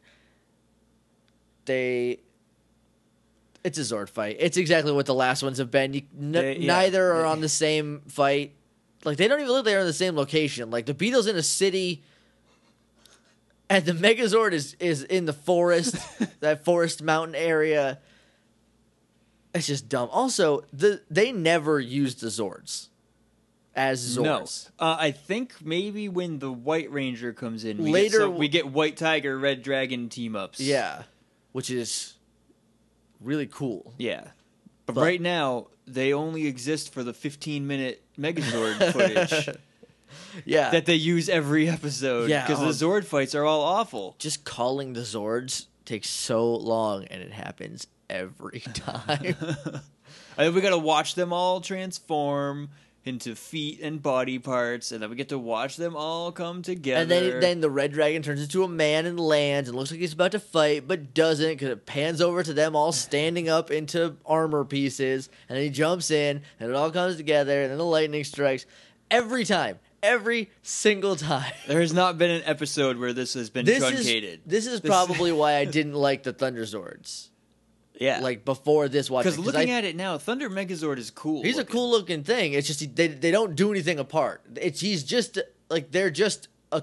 Speaker 2: They. It's a Zord fight. It's exactly what the last ones have been. You, n-
Speaker 1: They- yeah.
Speaker 2: Neither are on the same fight. Like, they don't even look like they're in the same location. Like, the Beatles in a city. And the Megazord is, is in the forest, that forest mountain area. It's just dumb. Also, the they never used the Zords. as Zords.
Speaker 1: No, uh, I think maybe when the White Ranger comes in we
Speaker 2: Later
Speaker 1: get some-
Speaker 2: w-
Speaker 1: we get White Tiger, Red Dragon team ups.
Speaker 2: Yeah, which is really cool.
Speaker 1: yeah. But,
Speaker 2: But-
Speaker 1: right now they only exist for the 15 minute Megazord footage
Speaker 2: Yeah,
Speaker 1: that they use every episode
Speaker 2: Yeah,
Speaker 1: because
Speaker 2: oh.
Speaker 1: the Zord fights are all awful.
Speaker 2: just calling the Zords takes so long, and it happens every time.
Speaker 1: And then we got to watch them all transform into feet and body parts, and then we get to watch them all come together.
Speaker 2: and then then the red dragon turns into a man and lands, and looks like he's about to fight, but doesn't because it pans over to them all standing up into armor pieces, and then he jumps in, and it all comes together, and then the lightning strikes every time, every single time.
Speaker 1: there has not been an episode where this has been
Speaker 2: This
Speaker 1: truncated.
Speaker 2: is, this is probably why I didn't like the Thunder Zords.
Speaker 1: yeah,
Speaker 2: Like before this watching,
Speaker 1: because looking
Speaker 2: I-
Speaker 1: at it now, Thunder Megazord is cool.
Speaker 2: He's a
Speaker 1: looking.
Speaker 2: cool looking thing. It's just he- they they don't do anything apart. It's he's just like they're just a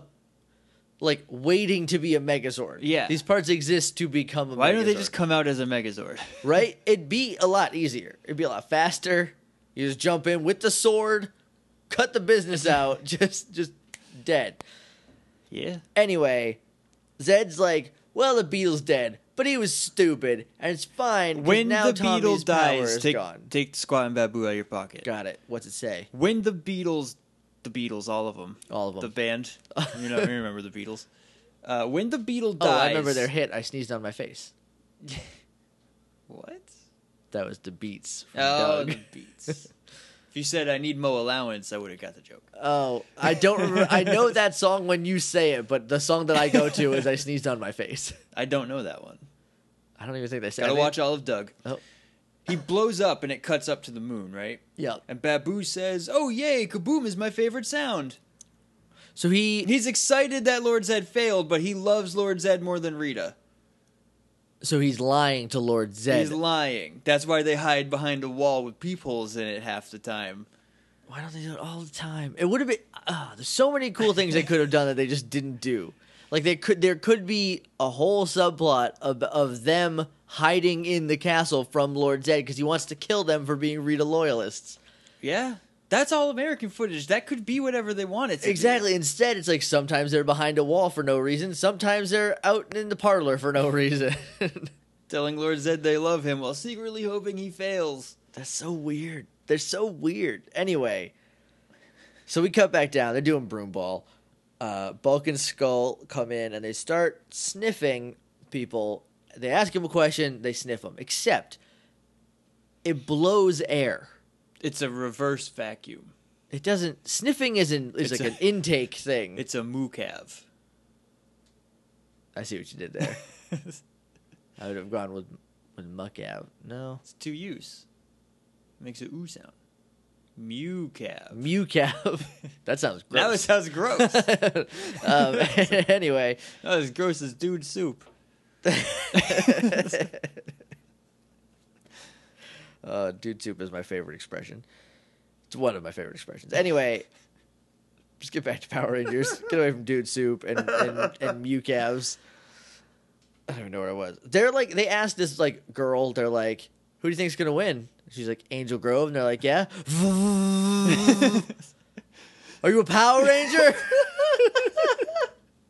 Speaker 2: like waiting to be a Megazord.
Speaker 1: Yeah.
Speaker 2: these parts exist to become a.
Speaker 1: Why
Speaker 2: Megazord,
Speaker 1: don't they just come out as a Megazord?
Speaker 2: right? It'd be a lot easier. It'd be a lot faster. You just jump in with the sword, cut the business out. just just dead.
Speaker 1: Yeah.
Speaker 2: Anyway, Zed's like, well, the Beetle's dead, but he was stupid, and it's fine. 'cause
Speaker 1: When
Speaker 2: now
Speaker 1: the beetle
Speaker 2: Tommy's power
Speaker 1: dies,
Speaker 2: is
Speaker 1: take
Speaker 2: gone.
Speaker 1: take Squat and Babu out of your pocket.
Speaker 2: Got it. What's it say?
Speaker 1: When the Beatles, the Beatles, all of them,
Speaker 2: All of 'em.
Speaker 1: the band. you know, you remember the Beatles. Uh, when the Beetle dies,
Speaker 2: Oh, I remember their hit. I sneezed on my face.
Speaker 1: what?
Speaker 2: That was the beats. From
Speaker 1: Oh,
Speaker 2: Doug.
Speaker 1: the beats. if you said I need Mo allowance, I would have got the joke.
Speaker 2: Oh, I don't remember. I know that song when you say it, but the song that I go to is "I sneezed on my face."
Speaker 1: I don't know that one.
Speaker 2: I don't even think they said.
Speaker 1: Gotta
Speaker 2: it.
Speaker 1: watch all of Doug.
Speaker 2: Oh.
Speaker 1: He blows up and it cuts up to the moon, right?
Speaker 2: Yeah.
Speaker 1: And Babu says, "Oh yay, kaboom is my favorite sound."
Speaker 2: So he.
Speaker 1: He's excited that Lord Zed failed, but he loves Lord Zed more than Rita.
Speaker 2: So he's lying to Lord Zed.
Speaker 1: He's lying. That's why they hide behind a wall with peepholes in it half the time.
Speaker 2: Why don't they do it all the time? It would have been. ah, there's so many cool things they could have done that they just didn't do. Like they could, there could be a whole subplot of of them hiding in the castle from Lord Zed because he wants to kill them for being Rita loyalists.
Speaker 1: Yeah. That's all American footage. That could be whatever they want it to be.
Speaker 2: Exactly. Instead, it's like sometimes they're behind a wall for no reason. Sometimes they're out in the parlor for no reason.
Speaker 1: Telling Lord Zed they love him while secretly hoping he fails.
Speaker 2: That's so weird. They're so weird. Anyway, so we cut back down. They're doing broom ball. Uh, Bulk and Skull come in and they start sniffing people. They ask him a question. They sniff him. Except it blows air.
Speaker 1: It's a reverse vacuum.
Speaker 2: It doesn't. Sniffing isn't is
Speaker 1: It's
Speaker 2: like
Speaker 1: a-
Speaker 2: an intake thing.
Speaker 1: It's a moocav.
Speaker 2: I see what you did there. I would have gone with with muck out. No,
Speaker 1: It's two use. makes a ooh sound. Mewcav.
Speaker 2: mewcap. that sounds gross.
Speaker 1: That was sounds gross. that
Speaker 2: um, anyway,
Speaker 1: was gross as dude soup.
Speaker 2: uh, dude soup is my favorite expression. It's one of my favorite expressions. Anyway, just get back to Power Rangers. get away from dude soup and and, and mewcaps. I don't even know where I was. They're like they asked this like girl. They're like, "Who do you think's gonna win?" She's like Angel Grove, and they're like, "Yeah." Are you a Power Ranger?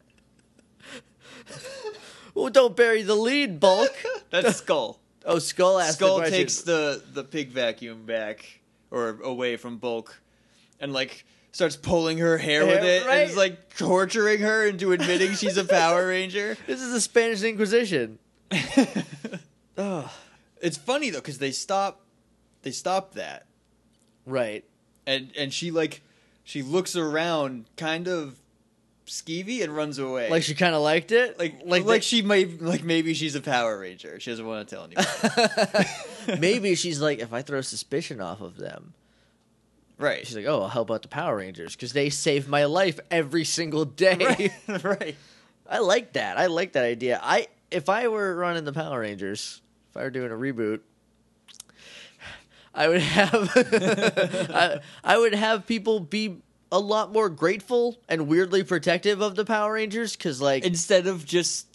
Speaker 2: well, don't bury the lead, Bulk.
Speaker 1: That's skull.
Speaker 2: Oh, Skull asked
Speaker 1: Skull
Speaker 2: the question.
Speaker 1: takes the the pig vacuum back or away from Bulk, and like starts pulling her hair with
Speaker 2: Hair,
Speaker 1: it,
Speaker 2: right.
Speaker 1: and is like torturing her into admitting she's a Power Ranger.
Speaker 2: This is the Spanish Inquisition. oh,
Speaker 1: It's funny though because they stop, they stop that,
Speaker 2: right.
Speaker 1: and and she like she looks around, kind of skeevy, and runs away.
Speaker 2: Like she kind of liked it.
Speaker 1: like
Speaker 2: like,
Speaker 1: like, she may like maybe she's a Power Ranger. She doesn't want to tell anyone.
Speaker 2: maybe she's like, if I throw suspicion off of them,
Speaker 1: right.
Speaker 2: she's like, oh, I'll help out the Power Rangers because they save my life every single day.
Speaker 1: right. right.
Speaker 2: I like that. I like that idea. I if I were running the Power Rangers, if I were doing a reboot, I would have I, I would have people be a lot more grateful and weirdly protective of the Power Rangers cuz like
Speaker 1: Instead of just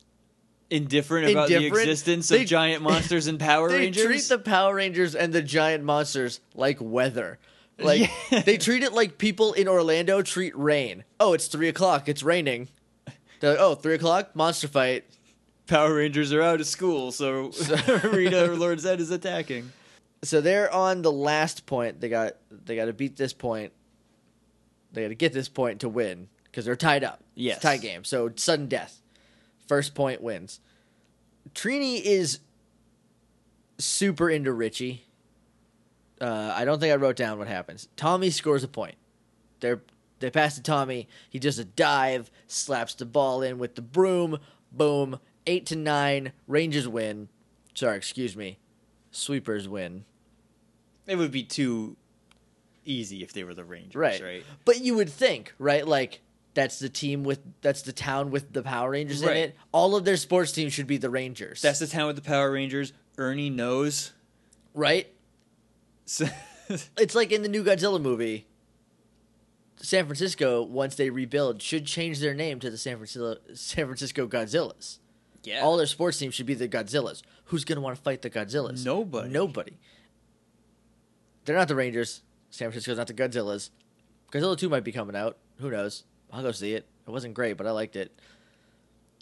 Speaker 1: indifferent, about the
Speaker 2: Indifferent,
Speaker 1: existence
Speaker 2: they-
Speaker 1: of giant monsters and Power
Speaker 2: they
Speaker 1: Rangers.
Speaker 2: treat the Power Rangers and the giant monsters like weather. Like
Speaker 1: Yeah.
Speaker 2: they treat it like people in Orlando treat rain. Oh, it's three o'clock. It's raining. They're like, oh, three o'clock monster fight.
Speaker 1: Power Rangers are out of school, so Rita Lord Zed is attacking.
Speaker 2: So they're on the last point. They got they got to beat this point. They got to get this point to win because they're tied up.
Speaker 1: Yes.
Speaker 2: it's a tie game. So sudden death. First point wins. Trini is super into Richie. Uh, I don't think I wrote down what happens. Tommy scores a point. They're they pass to Tommy. He does a dive, slaps the ball in with the broom. Boom. Eight to nine. Rangers win. Sorry, excuse me. Sweepers win.
Speaker 1: It would be too easy if they were the Rangers, right?
Speaker 2: But you would think, right? Like that's the team with that's the town with the Power Rangers
Speaker 1: Right.
Speaker 2: in it. All of their sports teams should be the Rangers.
Speaker 1: That's the town with the Power Rangers. Ernie knows.
Speaker 2: right.
Speaker 1: So-
Speaker 2: It's like in the new Godzilla movie. San Francisco, once they rebuild, should change their name to the San Francisco San Francisco Godzillas.
Speaker 1: yeah.
Speaker 2: All their sports teams should be the Godzillas. Who's gonna want to fight the Godzillas?
Speaker 1: Nobody.
Speaker 2: Nobody. They're not the Rangers. San Francisco's not the Godzillas. Godzilla two might be coming out. Who knows? I'll go see it. It wasn't great, but I liked it.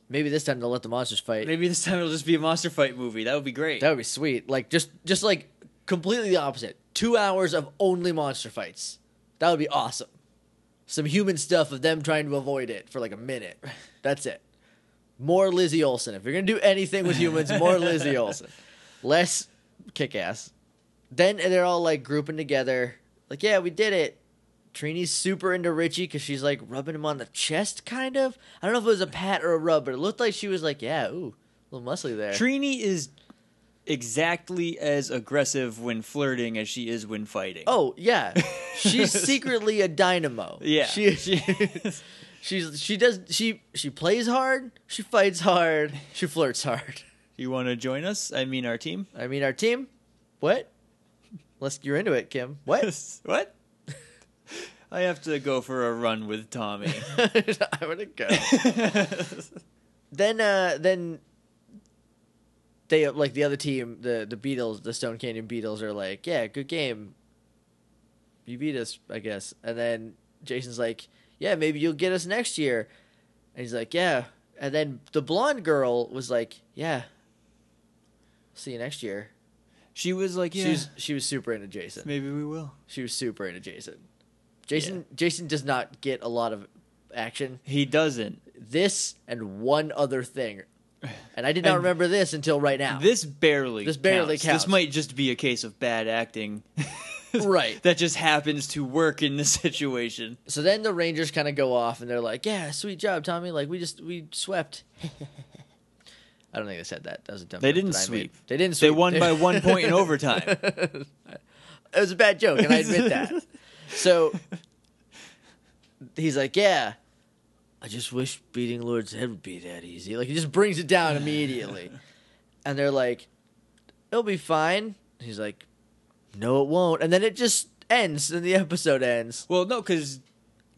Speaker 2: Maybe this time they'll let the monsters fight.
Speaker 1: Maybe this time it'll just be a monster fight movie. That would be great.
Speaker 2: That would be sweet. Like just just like completely the opposite. Two hours of only monster fights. That would be awesome. Some human stuff of them trying to avoid it for like a minute. That's it. More Lizzie Olson. If you're gonna do anything with humans, more Lizzie Olson. Less kick ass. Then they're all like grouping together. Like, yeah, we did it. Trini's super into Richie because she's like rubbing him on the chest, kind of. I don't know if it was a pat or a rub, but it looked like she was like, yeah, ooh, a little muscly there.
Speaker 1: Trini is exactly as aggressive when flirting as she is when fighting.
Speaker 2: Oh yeah, she's secretly a dynamo.
Speaker 1: yeah.
Speaker 2: she, she's she does she she plays hard, she fights hard, she flirts hard.
Speaker 1: you want to join us? I mean, our team.
Speaker 2: I mean, our team, what? Unless you're into it, Kim. What?
Speaker 1: what? I have to go for a run with Tommy.
Speaker 2: I'm gonna go. then uh then they like the other team the the beatles the stone canyon beatles are like yeah good game you beat us i guess and then jason's like yeah maybe you'll get us next year and he's like yeah and then the blonde girl was like yeah see you next year
Speaker 1: she was like,
Speaker 2: she was she was super into jason
Speaker 1: maybe we will."
Speaker 2: she was super into jason jason jason does not get a lot of action
Speaker 1: He doesn't.
Speaker 2: this and one other thing. And I did not
Speaker 1: And-
Speaker 2: remember this until right now.
Speaker 1: This barely.
Speaker 2: This barely counts.
Speaker 1: This might just be a case of bad acting.
Speaker 2: Right.
Speaker 1: that just happens to work in this situation.
Speaker 2: so then the Rangers kind of go off and they're like, "Yeah, sweet job, Tommy. Like we just we swept." I don't think they said that. That was a dumb.
Speaker 1: They
Speaker 2: joke
Speaker 1: didn't
Speaker 2: that I made.
Speaker 1: sweep.
Speaker 2: They didn't
Speaker 1: They
Speaker 2: sweep.
Speaker 1: won by one point in overtime.
Speaker 2: It was a bad joke, and I admit that. So he's like, "Yeah, I just wish beating Lord's head would be that easy." Like he just brings it down immediately, and they're like, "It'll be fine." He's like, "No, it won't." And then it just ends, and the episode ends.
Speaker 1: Well, no, because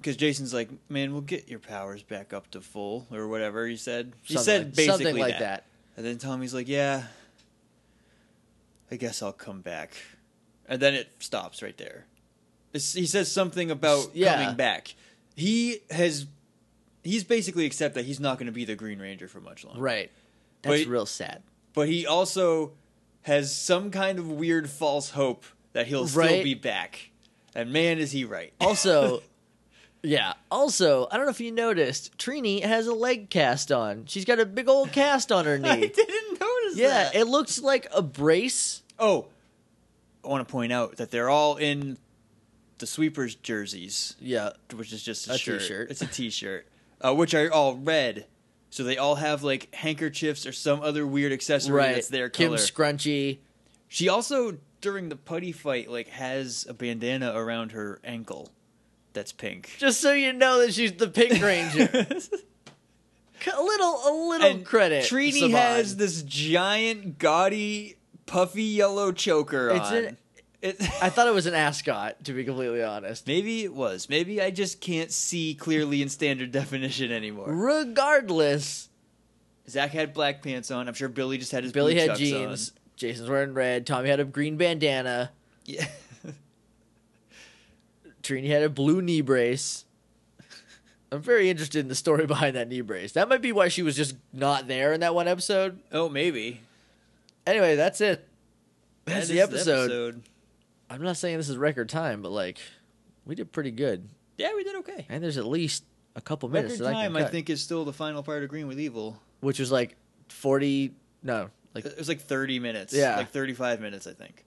Speaker 1: Jason's like, man, we'll get your powers back up to full or whatever he said. He
Speaker 2: Something
Speaker 1: said
Speaker 2: like-
Speaker 1: basically
Speaker 2: something like that.
Speaker 1: And then Tommy's like, yeah, I guess I'll come back. And then it stops right there. It's, he says something about
Speaker 2: Yeah.
Speaker 1: coming back. He has, he's basically accept that he's not going to be the Green Ranger for much longer.
Speaker 2: Right. That's
Speaker 1: Wait.
Speaker 2: real sad.
Speaker 1: But he also has some kind of weird false hope that he'll
Speaker 2: Right. Oh,
Speaker 1: still be back. And man, is he right.
Speaker 2: Also, yeah. Also, I don't know if you noticed, Trini has a leg cast on. She's got a big old cast on her knee.
Speaker 1: I didn't notice
Speaker 2: Yeah,
Speaker 1: that.
Speaker 2: it looks like a brace.
Speaker 1: Oh, I want to point out that they're all in the sweepers jerseys,
Speaker 2: Yeah,
Speaker 1: which is just a,
Speaker 2: A
Speaker 1: shirt.
Speaker 2: t-shirt.
Speaker 1: It's a t-shirt, uh, which are all red. So they all have like handkerchiefs or some other weird accessory
Speaker 2: right.
Speaker 1: that's their
Speaker 2: Kim
Speaker 1: color.
Speaker 2: Scrunchy.
Speaker 1: she also during the putty fight like has a bandana around her ankle that's pink.
Speaker 2: Just so you know that she's the Pink Ranger. C- a little, a little
Speaker 1: And
Speaker 2: credit.
Speaker 1: Trini
Speaker 2: Saban.
Speaker 1: has this giant gaudy puffy yellow choker
Speaker 2: It's
Speaker 1: on.
Speaker 2: an-
Speaker 1: It-
Speaker 2: I thought it was an ascot, to be completely honest.
Speaker 1: Maybe it was. Maybe I just can't see clearly in standard definition anymore.
Speaker 2: Regardless,
Speaker 1: Zach had black pants on. I'm sure Billy just had his
Speaker 2: Billy
Speaker 1: boot
Speaker 2: had
Speaker 1: chucks
Speaker 2: jeans.
Speaker 1: on.
Speaker 2: Jason's wearing red. Tommy had a green bandana.
Speaker 1: Yeah.
Speaker 2: Trini had a blue knee brace. I'm very interested in the story behind that knee brace. That might be why she was just not there in that one episode.
Speaker 1: Oh, maybe.
Speaker 2: Anyway, that's it. That's
Speaker 1: That
Speaker 2: the
Speaker 1: is
Speaker 2: episode. I'm not saying this is record time, but like we did pretty good.
Speaker 1: Yeah, we did okay.
Speaker 2: And there's at least a couple minutes
Speaker 1: Record
Speaker 2: that I
Speaker 1: time,
Speaker 2: can
Speaker 1: I
Speaker 2: cut,
Speaker 1: think, is still the final part of Green with Evil.
Speaker 2: which was like 40 no, like
Speaker 1: It was like 30 minutes.
Speaker 2: Yeah.
Speaker 1: Like 35 minutes, I think.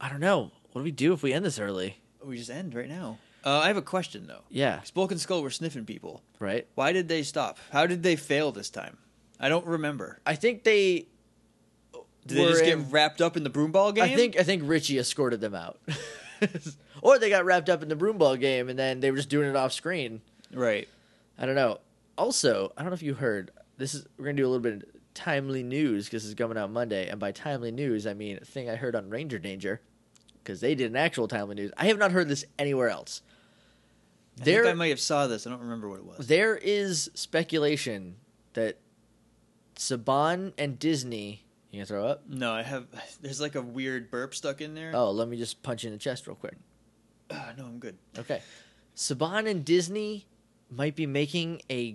Speaker 2: I don't know. What do we do if we end this early?
Speaker 1: We just end right now. Uh, I have a question, though.
Speaker 2: Yeah,
Speaker 1: Spolk and Skull were sniffing people.
Speaker 2: right?
Speaker 1: Why did they stop? How did they fail this time? I don't remember.
Speaker 2: I think they
Speaker 1: Did they
Speaker 2: were
Speaker 1: just
Speaker 2: in-
Speaker 1: get wrapped up in the broomball game?
Speaker 2: I think I think Richie escorted them out. or they got wrapped up in the broomball game and then they were just doing it off screen.
Speaker 1: Right.
Speaker 2: I don't know. Also, I don't know if you heard. This is we're gonna do a little bit of timely news because is coming out Monday, and by timely news I mean a thing I heard on Ranger Danger because they did an actual timely news. I have not heard this anywhere else.
Speaker 1: I
Speaker 2: There-
Speaker 1: think I might have saw this. I don't remember what it was.
Speaker 2: There is speculation that Saban and Disney. You gonna throw up?
Speaker 1: No, I have. There's like a weird burp stuck in there.
Speaker 2: Oh, let me just punch you in the chest real quick.
Speaker 1: Ah, no, I'm good.
Speaker 2: Okay. Saban and Disney might be making a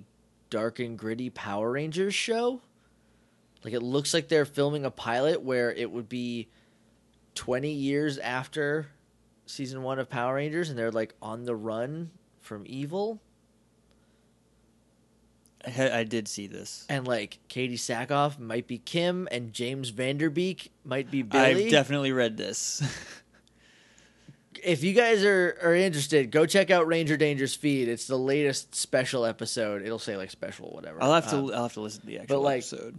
Speaker 2: dark and gritty Power Rangers show. Like it looks like they're filming a pilot where it would be 20 years after season 1 of Power Rangers and they're like on the run from evil
Speaker 1: I, had, I did see this.
Speaker 2: and like Katie Sackhoff might be Kim and James Vanderbeek might be Billy.
Speaker 1: I've definitely read this.
Speaker 2: if you guys are, are interested, go check out Ranger Danger's feed. It's the latest special episode. It'll say like special whatever.
Speaker 1: I'll have
Speaker 2: Um,
Speaker 1: to. I'll have to listen to the actual
Speaker 2: like,
Speaker 1: episode.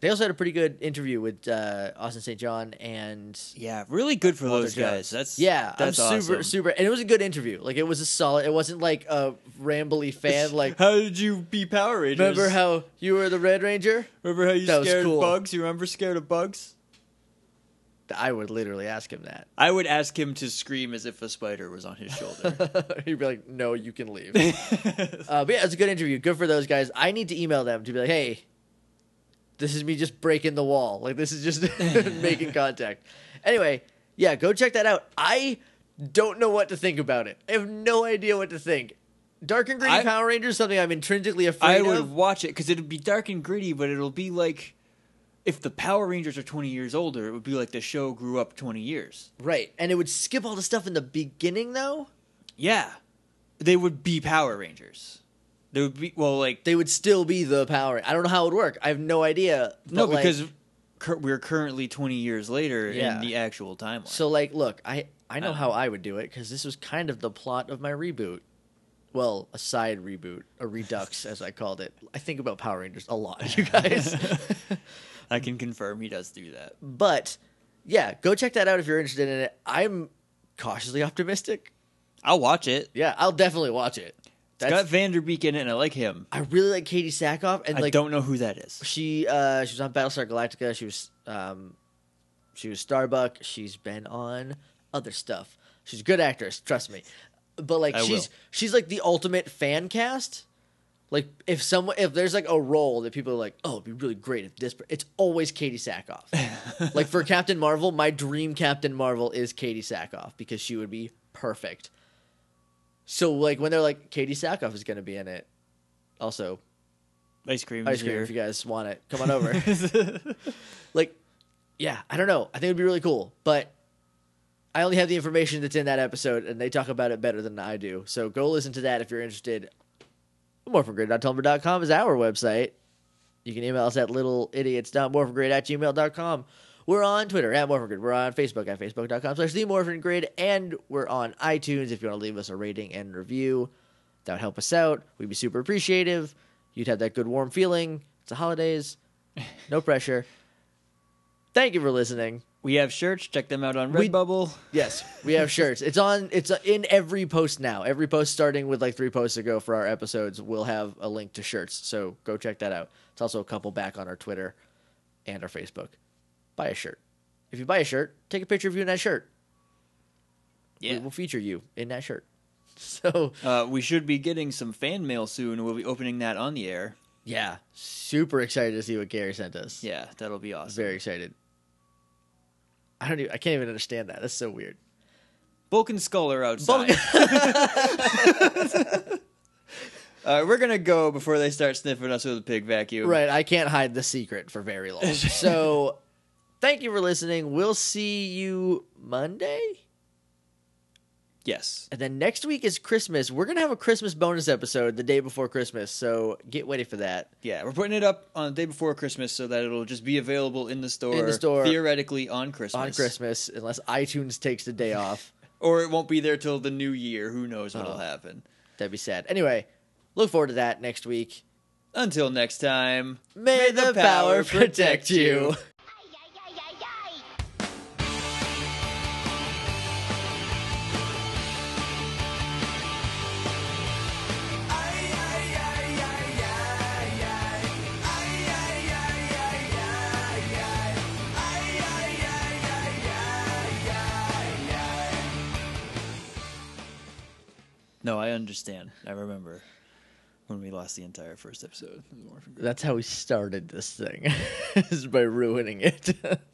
Speaker 2: They also had a pretty good interview with uh, Austin St. John and
Speaker 1: Yeah, really good for
Speaker 2: Walter
Speaker 1: those
Speaker 2: Jones.
Speaker 1: guys. That's
Speaker 2: yeah,
Speaker 1: That's
Speaker 2: I'm super
Speaker 1: awesome.
Speaker 2: super, and it was a good interview. Like it was a solid. It wasn't like a rambly fan. Like
Speaker 1: how did you be Power Rangers?
Speaker 2: remember how you were the Red Ranger?
Speaker 1: Remember how you
Speaker 2: That was
Speaker 1: scared
Speaker 2: cool.
Speaker 1: bugs? You remember scared of bugs?
Speaker 2: I would literally ask him that.
Speaker 1: I would ask him to scream as if a spider was on his shoulder.
Speaker 2: He'd be like, "No, you can leave." uh, but yeah, it's a good interview. Good for those guys. I need to email them to be like, "Hey, this is me just breaking the wall. Like this is just making contact." Anyway, yeah, go check that out. I don't know what to think about it. I have no idea what to think. Dark and Green
Speaker 1: I-
Speaker 2: Power Rangers, something I'm intrinsically afraid
Speaker 1: I would
Speaker 2: of.
Speaker 1: watch it because it'd be dark and gritty, but it'll be like if the Power Rangers are 20 years older, it would be like the show grew up 20 years.
Speaker 2: Right, and it would skip all the stuff in the beginning though.
Speaker 1: Yeah, they would be Power Rangers. They would be well, like
Speaker 2: They would still be the Power. I don't know how it would work. I have no idea.
Speaker 1: no,
Speaker 2: but, like-
Speaker 1: because cur- we're currently 20 years later
Speaker 2: Yeah.
Speaker 1: in the actual timeline.
Speaker 2: So like, look, I I know
Speaker 1: don't
Speaker 2: how I would do it because this was kind of the plot of my reboot. Well, a side reboot, a redux, as I called it. I think about Power Rangers a lot, you guys.
Speaker 1: I can confirm he does do that.
Speaker 2: but yeah, go check that out if you're interested in it. I'm cautiously optimistic.
Speaker 1: I'll watch it.
Speaker 2: Yeah, I'll definitely watch it.
Speaker 1: It's
Speaker 2: That's,
Speaker 1: got Vanderbeek in it, and I like him.
Speaker 2: I really like Katie Sackhoff, and
Speaker 1: I
Speaker 2: like
Speaker 1: don't know who that is.
Speaker 2: she uh, she was on Battlestar Galactica. She was um, she was Starbuck. She's been on other stuff. She's a good actress, trust me. But like
Speaker 1: I
Speaker 2: she's
Speaker 1: will.
Speaker 2: she's like the ultimate fan cast. Like if someone if there's like a role that people are like, oh, it'd be really great if this. per-" It's always Katie Sackhoff. like for Captain Marvel, my dream Captain Marvel is Katie Sackhoff because she would be perfect. So like when they're like Katie Sackhoff is going to be in it, also
Speaker 1: Ice cream.
Speaker 2: ice cream if you guys want it. Come on over. like, yeah, I don't know. I think it'd be really cool, but I only have the information that's in that episode, and they talk about it better than I do. So go listen to that if you're interested. Morphingrid.tumblr.com is our website. You can email us at littleidiots.morphingrid at gmail.com. We're on Twitter at Morphingrid. We're on Facebook at facebook.com slash the Morphin Grid, and we're on iTunes if you want to leave us a rating and review. That would help us out. We'd be super appreciative. You'd have that good warm feeling. It's the holidays. No pressure. Thank you for listening.
Speaker 1: We have shirts. Check them out on
Speaker 2: We-
Speaker 1: Redbubble.
Speaker 2: Yes, we have shirts. It's on. It's in every post now. Every post starting with like three posts ago for our episodes, we'll have a link to shirts. So go check that out. It's also a couple back on our Twitter and our Facebook. Buy a shirt. If you buy a shirt, take a picture of you in that shirt.
Speaker 1: Yeah.
Speaker 2: We will feature you in that shirt. So
Speaker 1: Uh, we should be getting some fan mail soon. We'll be opening that on the air.
Speaker 2: yeah, super excited to see what Gary sent us.
Speaker 1: Yeah, that'll be awesome.
Speaker 2: e, Very excited. I don't. Even, I can't even understand that. That's so weird.
Speaker 1: Bulk and Skull are outside. uh, we're gonna go before they start sniffing us with a pig vacuum.
Speaker 2: Right, I can't hide the secret for very long. so, thank you for listening. We'll see you Monday.
Speaker 1: Yes.
Speaker 2: And then next week is Christmas. We're going to have a Christmas bonus episode the day before Christmas. So, get ready for that.
Speaker 1: Yeah, we're putting it up on the day before Christmas so that it'll just be available in the store.
Speaker 2: In the store.
Speaker 1: theoretically on Christmas.
Speaker 2: On Christmas, unless iTunes takes the day off.
Speaker 1: or it won't be there till the new year. Who knows what'll
Speaker 2: Oh.
Speaker 1: happen?
Speaker 2: That'd be sad. Anyway, look forward to that next week.
Speaker 1: Until next time.
Speaker 2: May, the, power, protect you.
Speaker 3: Ay, ay, ay, ay, ay.
Speaker 1: No, I understand. I remember when we lost the entire first episode. It was more-
Speaker 2: That's how we started this thing, is by ruining it.